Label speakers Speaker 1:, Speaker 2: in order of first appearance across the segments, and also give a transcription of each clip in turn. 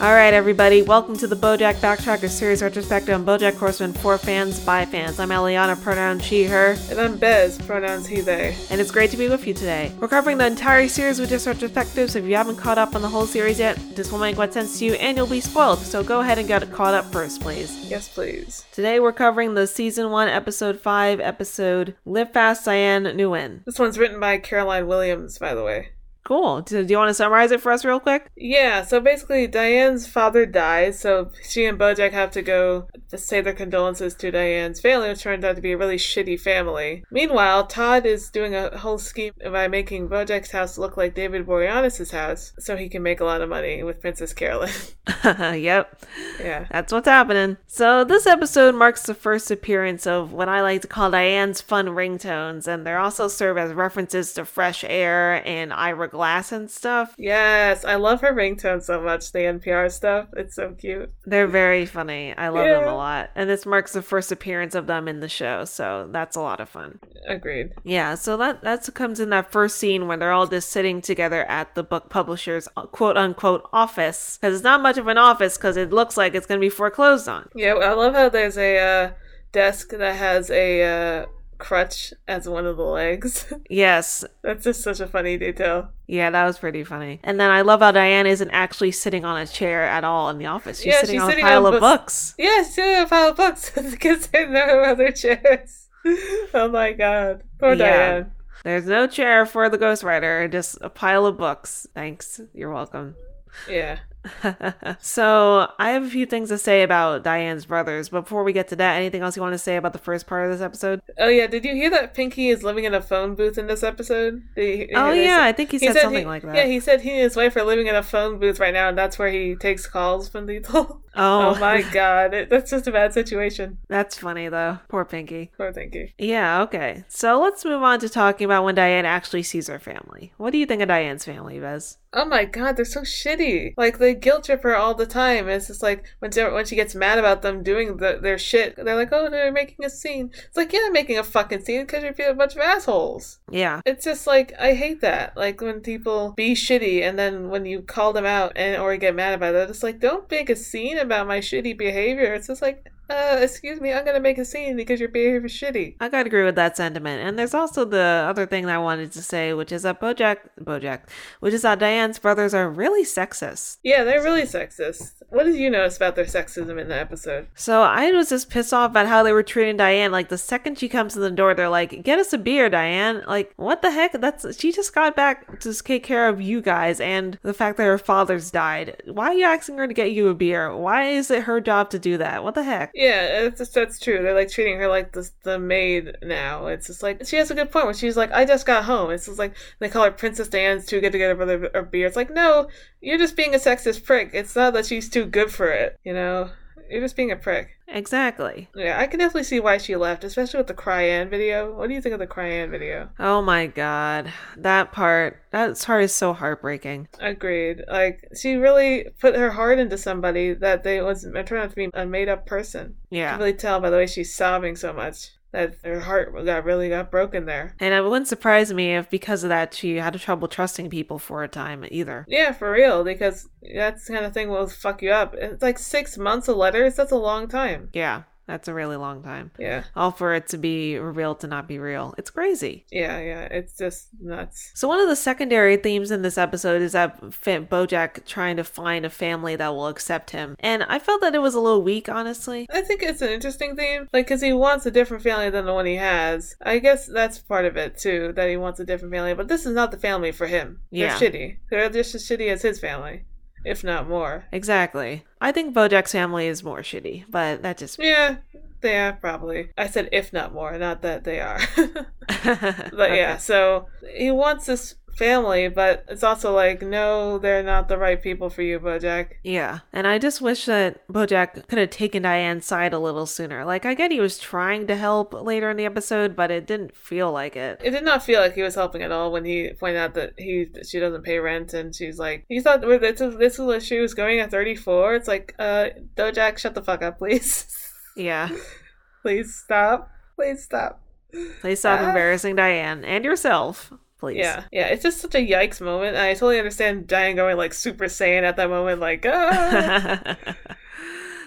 Speaker 1: All right, everybody, welcome to the BoJack Backtracker series retrospective on BoJack Horseman for fans by fans. I'm Eliana, pronoun she/her,
Speaker 2: And I'm Bez, pronouns he, they.
Speaker 1: and it's great to be with you today. We're covering the entire series with just retrospectives. so if you haven't caught up on the whole series yet, this will make what sense to you, and you'll be spoiled. So go ahead and get caught up first, please.
Speaker 2: Yes, please.
Speaker 1: Today we're covering the season one, episode five, episode "Live Fast, Cyan Nguyen."
Speaker 2: This one's written by Caroline Williams, by the way.
Speaker 1: Cool. Do, do you want to summarize it for us real quick?
Speaker 2: Yeah, so basically, Diane's father dies, so she and Bojack have to go to say their condolences to Diane's family, which turned out to be a really shitty family. Meanwhile, Todd is doing a whole scheme by making Bojack's house look like David Boreanaz's house, so he can make a lot of money with Princess Carolyn.
Speaker 1: yep.
Speaker 2: yeah.
Speaker 1: That's what's happening. So, this episode marks the first appearance of what I like to call Diane's fun ringtones, and they also serve as references to fresh air and Ira Glass and stuff.
Speaker 2: Yes, I love her ringtone so much, the NPR stuff. It's so cute.
Speaker 1: They're very funny. I love them
Speaker 2: Yeah.
Speaker 1: a lot. And this marks the first appearance of them in the show, so that's a lot of fun.
Speaker 2: Agreed.
Speaker 1: Yeah, so that that's what comes in that first scene where they're all just sitting together at the book publisher's quote unquote office. Because it's not much of an office because it looks like it's going to be foreclosed on.
Speaker 2: Yeah, I love how there's a uh, desk that has a uh, crutch as one of the legs.
Speaker 1: Yes,
Speaker 2: That's just such a funny detail.
Speaker 1: Yeah, that was pretty funny. And then I love how Diane isn't actually sitting on a chair at all in the office. She's
Speaker 2: Yeah,
Speaker 1: sitting
Speaker 2: she's
Speaker 1: on
Speaker 2: sitting
Speaker 1: a pile
Speaker 2: on
Speaker 1: of
Speaker 2: books.
Speaker 1: books.
Speaker 2: Yes, yeah, a pile of books because there are no other chairs. oh my god, poor
Speaker 1: Yeah.
Speaker 2: Diane.
Speaker 1: There's no chair for the ghostwriter, just a pile of books. Thanks. You're welcome.
Speaker 2: Yeah,
Speaker 1: so I have a few things to say about Diane's brothers. Before we get to that, anything else you want to say about the first part of this episode?
Speaker 2: Oh yeah, did you hear that Pinky is living in a phone booth in this episode? Did you, did you
Speaker 1: oh
Speaker 2: hear this?
Speaker 1: yeah, I think he, said, something
Speaker 2: he-
Speaker 1: like that.
Speaker 2: Yeah, he said he and his wife are living in a phone booth right now, and that's where he takes calls from people.
Speaker 1: oh,
Speaker 2: oh my god, it, that's just a bad situation.
Speaker 1: that's funny though. Poor Pinky.
Speaker 2: Poor Pinky.
Speaker 1: Yeah, okay. So let's move on to talking about when Diane actually sees her family. What do you think of Diane's family, Vez?
Speaker 2: Oh my god, they're so shitty. Like they guilt trip her all the time. It's just like when she, when she gets mad about them doing the, their shit, they're like, "Oh, they're making a scene." It's like, "Yeah, they're making a fucking scene because you're a bunch of assholes."
Speaker 1: Yeah.
Speaker 2: It's just like I hate that. Like when people be shitty and then when you call them out and or get mad about it, it's like, "Don't make a scene about my shitty behavior." It's just like, "Uh, excuse me, I'm gonna make a scene because your behavior is shitty."
Speaker 1: I gotta agree with that sentiment. And there's also the other thing that I wanted to say, which is that Bojack, Bojack, which is that Diane's brothers are really sexist.
Speaker 2: Yeah, they're really sexist. What did you notice about their sexism in the episode?
Speaker 1: So I was just pissed off at how they were treating Diane. Like the second she comes in the door, they're like, "Get us a beer, Diane." Like what the heck? That's she just got back to take care of you guys and the fact that her father's died. Why are you asking her to get you a beer? Why is it her job to do that? What the heck?
Speaker 2: Yeah, it's just, that's true. They're like treating her like the the maid now. It's just like she has a good point where she's like, "I just got home." It's just like they call her Princess Diane's too good to get her brother a beer. It's like, no, you're just being a sexist prick. It's not that she's too good for it. You know, you're just being a prick.
Speaker 1: Exactly.
Speaker 2: Yeah, I can definitely see why she left, especially with the Cryan video. What do you think of the Cryan video?
Speaker 1: Oh my god, that part. That part is so heartbreaking.
Speaker 2: Agreed. Like she really put her heart into somebody that they was it turned out to be a made up person. You
Speaker 1: Yeah.
Speaker 2: can really tell by the way she's sobbing so much that her heart got really got broken there.
Speaker 1: And it wouldn't surprise me if because of that she had trouble trusting people for a time either.
Speaker 2: Yeah, for real, because that's the kind of thing will fuck you up. It's like six months of letters. That's a long time.
Speaker 1: Yeah, that's a really long time.
Speaker 2: Yeah,
Speaker 1: All for it to be revealed to not be real. It's crazy.
Speaker 2: yeah, yeah. It's just nuts.
Speaker 1: So one of the secondary themes in this episode is that Fa- Bojack trying to find a family that will accept him. And I felt that it was a little weak, honestly.
Speaker 2: I think it's an interesting theme, like, because he wants a different family than the one he has. I guess that's part of it, too, that he wants a different family, but this is not the family for him. They're
Speaker 1: Yeah.
Speaker 2: shitty. They're just as shitty as his family, if not more.
Speaker 1: Exactly. I think Bojack's family is more shitty, but that just
Speaker 2: Yeah, they are probably. I said if not more, not that they are. But yeah, so he wants this family, but it's also like, no, they're not the right people for you, Bojack.
Speaker 1: Yeah, and I just wish that Bojack could have taken Diane's side a little sooner. Like, I get he was trying to help later in the episode, but it didn't feel like it.
Speaker 2: It did not feel like he was helping at all when he pointed out that he that she doesn't pay rent, and she's like, "You thought well, this is this is where she was going at 34?" It's like, uh, Bojack, shut the fuck up, please,
Speaker 1: Yeah,
Speaker 2: please stop, please stop.
Speaker 1: please stop
Speaker 2: Ah.
Speaker 1: embarrassing Diane and yourself. please.
Speaker 2: Yeah, yeah. It's just such a yikes moment. I totally understand Diane going like Super Saiyan at that moment, like, ah.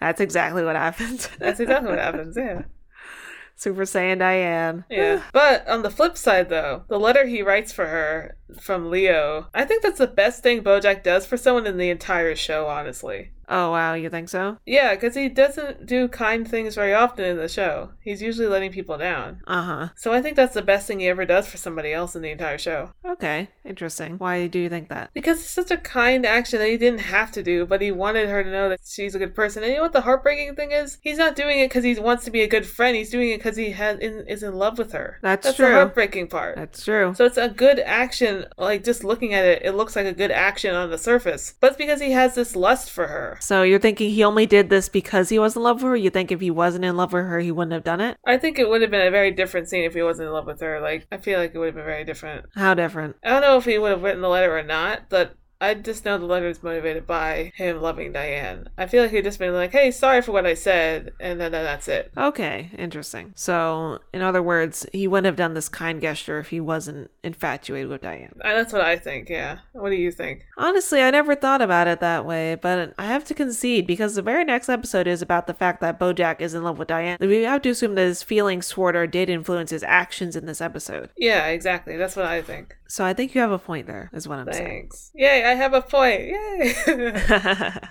Speaker 1: That's exactly what happened.
Speaker 2: That's exactly what happens, yeah.
Speaker 1: Super Saiyan Diane.
Speaker 2: Yeah. But on the flip side, though, the letter he writes for her from Leo, I think that's the best thing Bojack does for someone in the entire show, honestly.
Speaker 1: Oh wow, you think so?
Speaker 2: Yeah, because he doesn't do kind things very often in the show. He's usually letting people down.
Speaker 1: Uh huh.
Speaker 2: So I think that's the best thing he ever does for somebody else in the entire show.
Speaker 1: Okay, interesting. Why do you think that?
Speaker 2: Because it's such a kind action that he didn't have to do, but he wanted her to know that she's a good person. And you know what the heartbreaking thing is? He's not doing it because he wants to be a good friend. He's doing it because he has, in, is in love with her.
Speaker 1: That's
Speaker 2: that's
Speaker 1: true.
Speaker 2: the heartbreaking part.
Speaker 1: That's true.
Speaker 2: So it's a good action, like just looking at it, it looks like a good action on the surface. But it's because he has this lust for her.
Speaker 1: So you're thinking he only did this because he was in love with her? You think if he wasn't in love with her, he wouldn't have done it?
Speaker 2: I think it would have been a very different scene if he wasn't in love with her. Like, I feel like it would have been very different.
Speaker 1: How different?
Speaker 2: I don't know if he would have written the letter or not, but I just know the letter is motivated by him loving Diane. I feel like he'd just been like, hey, sorry for what I said, and then, then that's it.
Speaker 1: Okay, interesting. So, in other words, he wouldn't have done this kind gesture if he wasn't infatuated with Diane.
Speaker 2: And that's what I think, yeah. What do you think?
Speaker 1: Honestly, I never thought about it that way, but I have to concede because the very next episode is about the fact that Bojack is in love with Diane. We have to assume that his feelings toward her did influence his actions in this episode.
Speaker 2: Yeah, exactly. That's what I think.
Speaker 1: So I think you have a point there, is what I'm
Speaker 2: Thanks. Yay, I have a point. Yay!
Speaker 1: saying.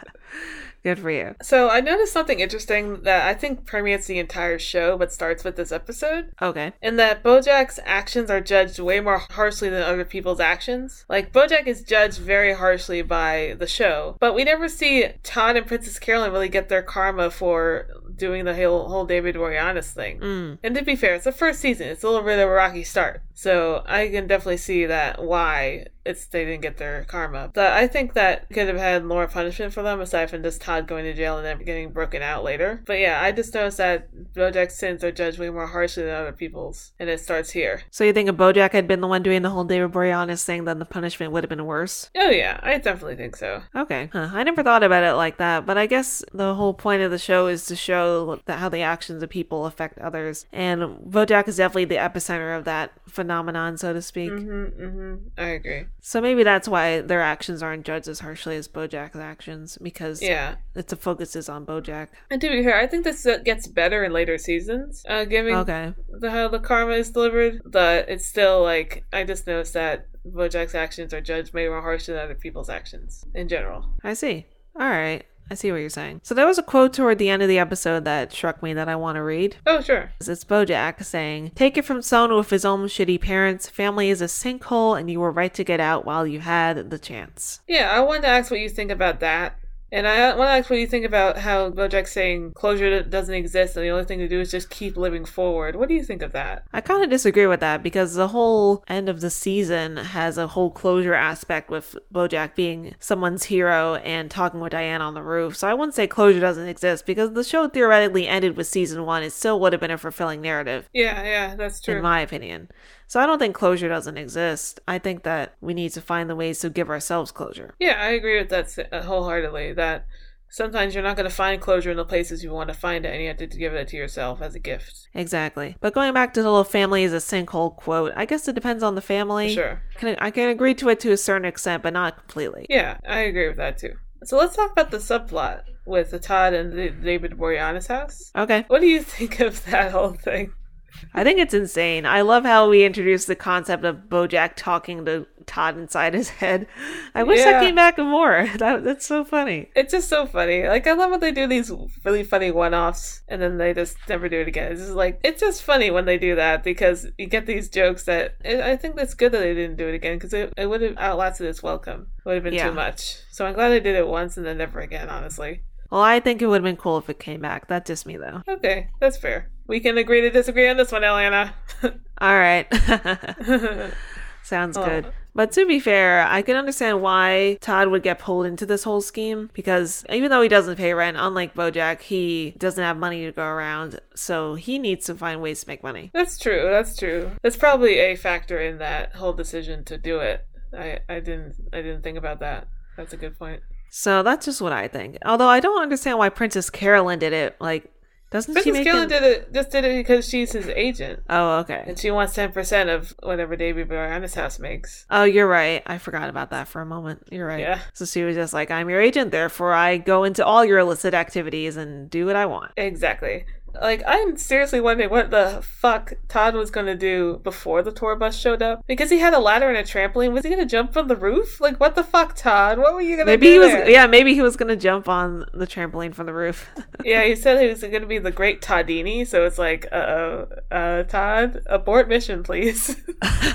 Speaker 1: Good for you.
Speaker 2: So I noticed something interesting that I think permeates the entire show, but starts with this episode.
Speaker 1: Okay.
Speaker 2: And that Bojack's actions are judged way more harshly than other people's actions. Like, Bojack is judged very harshly by the show, but we never see Todd and Princess Carolyn really get their karma for doing the whole, whole David Boreanaz thing.
Speaker 1: Mm.
Speaker 2: And to be fair, it's the first season, it's a little bit of a rocky start. So I can definitely see that why it's they didn't get their karma. But I think that could have had more punishment for them aside from just Todd going to jail and then getting broken out later. But yeah, I just noticed that Bojack's sins are judged way more harshly than other people's, and it starts here.
Speaker 1: So you think if Bojack had been the one doing the whole David Boreanaz thing, then the punishment would have been worse?
Speaker 2: Oh yeah, I definitely think so.
Speaker 1: Okay. Huh. I never thought about it like that, but I guess the whole point of the show is to show that how the actions of people affect others. And Bojack is definitely the epicenter of that phenomenon, so to speak.
Speaker 2: Mm-hmm, mm-hmm. I agree.
Speaker 1: So maybe that's why their actions aren't judged as harshly as Bojack's actions, because
Speaker 2: Yeah.
Speaker 1: it's a focus is on Bojack.
Speaker 2: And to be fair, I think this gets better in later seasons. Uh, giving
Speaker 1: Okay.
Speaker 2: the how the karma is delivered, but it's still like I just noticed that Bojack's actions are judged way more harshly than other people's actions in general.
Speaker 1: I see. All right. I see what you're saying. So there was a quote toward the end of the episode that struck me that I want to read.
Speaker 2: Oh sure,
Speaker 1: It's Bojack saying, Take it from someone with his own shitty parents. Family is a sinkhole, and you were right to get out while you had the chance.
Speaker 2: yeah. I wanted to ask what you think about that, and I want to ask what you think about how Bojack's saying closure doesn't exist, and the only thing to do is just keep living forward. What do you think of that?
Speaker 1: I kind of disagree with that because the whole end of the season has a whole closure aspect with Bojack being someone's hero and talking with Diane on the roof. So I wouldn't say closure doesn't exist because the show theoretically ended with season one. It still would have been a fulfilling narrative.
Speaker 2: Yeah, yeah, that's true.
Speaker 1: in my opinion. So I don't think closure doesn't exist. I think that we need to find the ways to give ourselves closure.
Speaker 2: Yeah, I agree with that s- uh, wholeheartedly. That sometimes you're not going to find closure in the places you want to find it, and you have to give it to yourself as a gift.
Speaker 1: Exactly. But going back to the little family is a sinkhole quote, I guess it depends on the family.
Speaker 2: Sure.
Speaker 1: Can, I can agree to it to a certain extent, but not completely.
Speaker 2: Yeah, I agree with that too. So let's talk about the subplot with the Todd and the David Boreanaz house.
Speaker 1: Okay.
Speaker 2: What do you think of that whole thing?
Speaker 1: I think it's insane. I love how we introduced the concept of Bojack talking to Todd inside his head. I wish
Speaker 2: Yeah.
Speaker 1: that came back more. That, that's so funny.
Speaker 2: It's just so funny. Like I love when they do these really funny one-offs and then they just never do it again. It's just like it's just funny when they do that because you get these jokes that I I think that's good that they didn't do it again because it, it would have outlasted its welcome. It would have been
Speaker 1: Yeah.
Speaker 2: too much. So I'm glad they did it once and then never again. Honestly,
Speaker 1: Well, I think it would have been cool if it came back. That just me, though.
Speaker 2: okay, that's fair. We can agree to disagree on this one, Eliana.
Speaker 1: All right. Sounds
Speaker 2: Oh.
Speaker 1: good. But to be fair, I can understand why Todd would get pulled into this whole scheme because even though he doesn't pay rent, unlike Bojack, he doesn't have money to go around. So he needs to find ways to make money.
Speaker 2: That's true. That's true. That's probably a factor in that whole decision to do it. I, I didn't I didn't think about that. That's a good point.
Speaker 1: So that's just what I think. Although I don't understand why Princess Carolyn did it. Like, Doesn't she
Speaker 2: Princess
Speaker 1: make
Speaker 2: Carolyn
Speaker 1: him-
Speaker 2: did it just did it because she's his agent,
Speaker 1: Oh, okay.
Speaker 2: and she wants ten percent of whatever Davy Brianna's house makes.
Speaker 1: Oh, you're right. I forgot about that for a moment. You're right.
Speaker 2: Yeah.
Speaker 1: So she was just like, I'm your agent, therefore I go into all your illicit activities and do what I want.
Speaker 2: Exactly. Like I'm seriously wondering what the fuck Todd was gonna do before the tour bus showed up because he had a ladder and a trampoline. Was he gonna jump from the roof? Like what the fuck, Todd? What were you gonna
Speaker 1: Maybe
Speaker 2: do?
Speaker 1: he was,
Speaker 2: there?
Speaker 1: yeah, maybe he was gonna jump on the trampoline from the roof.
Speaker 2: Yeah, he said he was going to be the great Toddini, so it's like, uh-oh, uh, Todd, abort mission, please.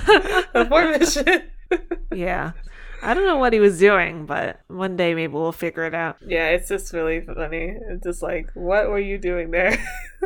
Speaker 2: abort mission.
Speaker 1: yeah. I don't know what he was doing, but one day maybe we'll figure it out.
Speaker 2: yeah, it's just really funny. It's just like, what were you doing there?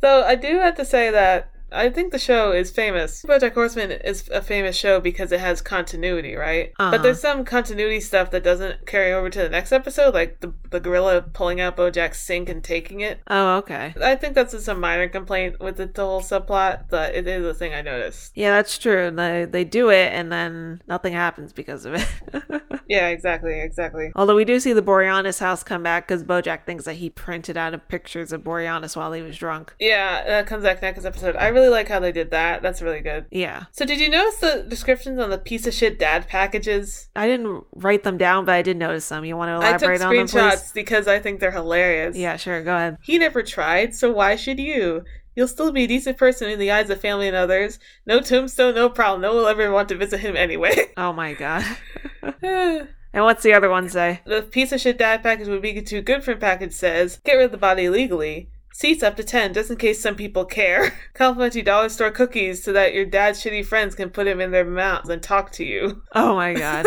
Speaker 2: so I do have to say that I think the show is famous. BoJack Horseman is a famous show because it has continuity, right?
Speaker 1: Uh-huh.
Speaker 2: But there's some continuity stuff that doesn't carry over to the next episode, like the, the gorilla pulling out BoJack's sink and taking it.
Speaker 1: Oh, okay.
Speaker 2: I think that's just a minor complaint with the, the whole subplot, but it is a thing I noticed.
Speaker 1: Yeah, that's true. They they do it and then nothing happens because of it.
Speaker 2: Yeah, exactly, exactly.
Speaker 1: Although we do see the Boreanis house come back because Bojack thinks that he printed out of pictures of Boreanis while he was drunk.
Speaker 2: Yeah, that comes back next episode. I really like how they did that. That's really good.
Speaker 1: Yeah.
Speaker 2: So, did you notice the descriptions on the piece of shit dad packages?
Speaker 1: I didn't write them down, but I did notice them. You want to
Speaker 2: I took
Speaker 1: elaborate on them, please?
Speaker 2: screenshots because I think they're hilarious.
Speaker 1: Yeah, sure. Go ahead.
Speaker 2: He never tried, so why should you? You'll still be a decent person in the eyes of family and others. No tombstone, no problem. No one will ever want to visit him anyway.
Speaker 1: Oh my god. and what's the other one say?
Speaker 2: The piece of shit dad package would be too good for package says, get rid of the body legally. Seats up to 10, just in case some people care. Complimentary dollar store cookies so that your dad's shitty friends can put them in their mouths and talk to you.
Speaker 1: Oh my god.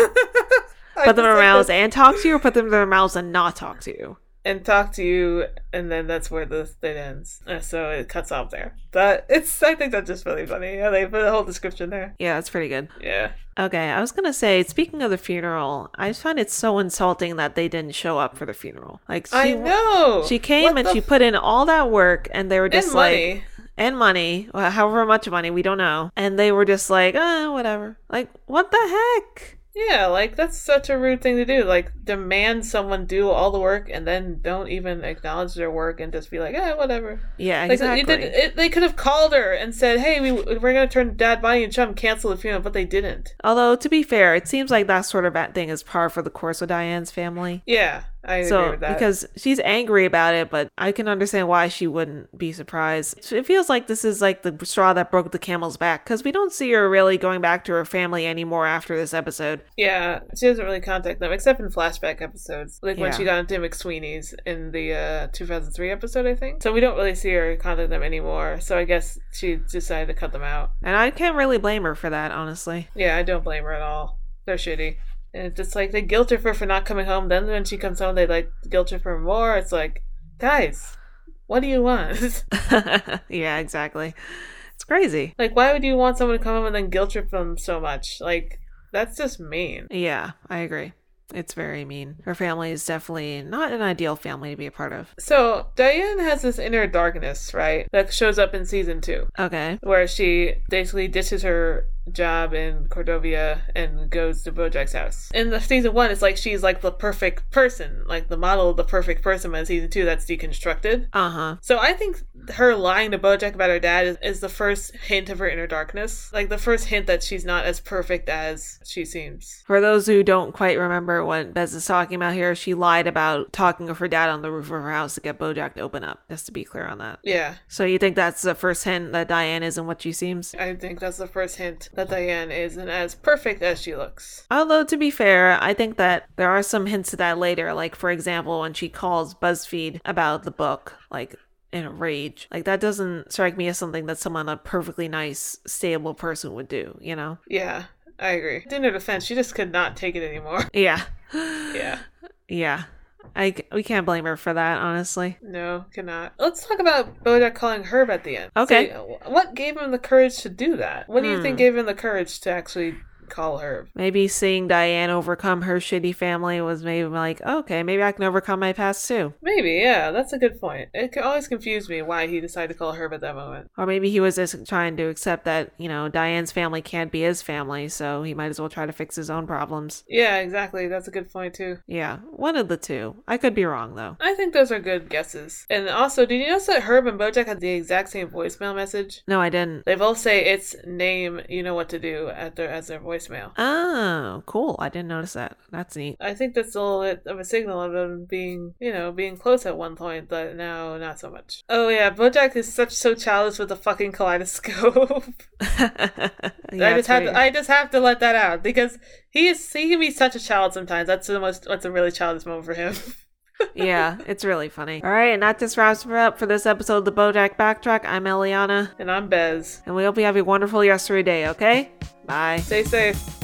Speaker 2: I
Speaker 1: put them in
Speaker 2: just
Speaker 1: their
Speaker 2: like
Speaker 1: mouths
Speaker 2: that.
Speaker 1: and talk to you, or put them in their mouths and not talk to you.
Speaker 2: And talk to you, and then that's where the it ends. Uh, So it cuts off there. But it's, I think that's just really funny. Yeah, they put a whole description there.
Speaker 1: Yeah, that's pretty good.
Speaker 2: Yeah.
Speaker 1: Okay, I was gonna say, speaking of the funeral, I just find it so insulting that they didn't show up for the funeral. Like she,
Speaker 2: I know!
Speaker 1: she came
Speaker 2: What
Speaker 1: and
Speaker 2: the
Speaker 1: she
Speaker 2: f-
Speaker 1: put in all that work, and they were
Speaker 2: and
Speaker 1: just like,
Speaker 2: money.
Speaker 1: and money, well, however much money, we don't know. And they were just like, uh, whatever. Like, what the heck?
Speaker 2: Yeah, like that's such a rude thing to do. Like demand someone do all the work and then don't even acknowledge their work and just be like, eh, whatever.
Speaker 1: Yeah,
Speaker 2: Like
Speaker 1: exactly.
Speaker 2: it, did- it, they could have called her and said, hey, we we're gonna turn Dad Bonnie and Chum cancel the funeral, but they didn't.
Speaker 1: Although, to be fair, it seems like that sort of bad thing is par for the course with Diane's family.
Speaker 2: Yeah, I agree
Speaker 1: So,
Speaker 2: with that.
Speaker 1: because she's angry about it, but I can understand why she wouldn't be surprised. It feels like this is like the straw that broke the camel's back because we don't see her really going back to her family anymore after this episode.
Speaker 2: yeah, she doesn't really contact them except in flashback episodes, like when
Speaker 1: Yeah.
Speaker 2: she got into McSweeney's in the uh, 2003 episode, I think. So we don't really see her contact them anymore. So I guess she decided to cut them out.
Speaker 1: And I can't really blame her for that, honestly.
Speaker 2: Yeah, I don't blame her at all. They're shitty. And it's just like they guilt her for, for not coming home. Then when she comes home, they like guilt her for more. It's like, guys, what do you want?
Speaker 1: yeah, exactly. It's crazy.
Speaker 2: like, why would you want someone to come home and then guilt trip them so much? Like, that's just mean.
Speaker 1: Yeah, I agree. It's very mean. Her family is definitely not an ideal family to be a part of.
Speaker 2: So Diane has this inner darkness, right? That shows up in season two,
Speaker 1: Okay.
Speaker 2: where she basically ditches her job in Cordovia and goes to Bojack's house. In the season one, it's like she's like the perfect person, like the model of the perfect person. But in season two, that's deconstructed.
Speaker 1: Uh huh.
Speaker 2: So I think her lying to Bojack about her dad is, is the first hint of her inner darkness. Like the first hint that she's not as perfect as she seems.
Speaker 1: For those who don't quite remember what Bez is talking about here, she lied about talking of her dad on the roof of her house to get Bojack to open up, just to be clear on that.
Speaker 2: Yeah,
Speaker 1: So you think that's the first hint that Diane isn't what she seems?
Speaker 2: I think that's the first hint that Diane isn't as perfect as she looks.
Speaker 1: Although, to be fair, I think that there are some hints to that later. Like, for example, when she calls BuzzFeed about the book, like, in a rage. Like, that doesn't strike me as something that someone, a perfectly nice, stable person would do, you know?
Speaker 2: Yeah, I agree. In her defense, she just could not take it anymore.
Speaker 1: Yeah.
Speaker 2: yeah.
Speaker 1: Yeah. I, c- we can't blame her for that, honestly.
Speaker 2: No, cannot. Let's talk about Bojack calling Herb at the end. uh,
Speaker 1: Okay.
Speaker 2: So, what gave him the courage to do that? What do you
Speaker 1: Hmm.
Speaker 2: think gave him the courage to actually call her.
Speaker 1: Maybe seeing Diane overcome her shitty family was maybe like, okay, maybe I can overcome my past too.
Speaker 2: Maybe, yeah, that's a good point. It c- always confused me why he decided to call her at that moment.
Speaker 1: Or maybe he was just trying to accept that, you know, Diane's family can't be his family, so he might as well try to fix his own problems.
Speaker 2: Yeah, exactly. That's a good point, too.
Speaker 1: Yeah, one of the two. I could be wrong though.
Speaker 2: I think those are good guesses. And also, did you notice that Herb and Bojack had the exact same voicemail message?
Speaker 1: No, I didn't.
Speaker 2: They both say it's name, you know what to do at their as their voicemail.
Speaker 1: Oh, cool. I didn't notice that. That's neat.
Speaker 2: I think that's a little bit of a signal of them being, you know, being close at one point, but now not so much. Oh yeah, Bojack is such so childish with the fucking kaleidoscope.
Speaker 1: Yeah,
Speaker 2: I
Speaker 1: it's
Speaker 2: just have
Speaker 1: pretty-
Speaker 2: to, I just have to let that out because he is he can be such a child sometimes. That's the most that's a really childish moment for him.
Speaker 1: yeah, it's really funny. All right, and that just wraps it up for this episode of the Bojack Backtrack. I'm Eliana,
Speaker 2: and I'm Bez.
Speaker 1: and we hope you have a wonderful yesterday day, okay? Bye.
Speaker 2: Stay safe.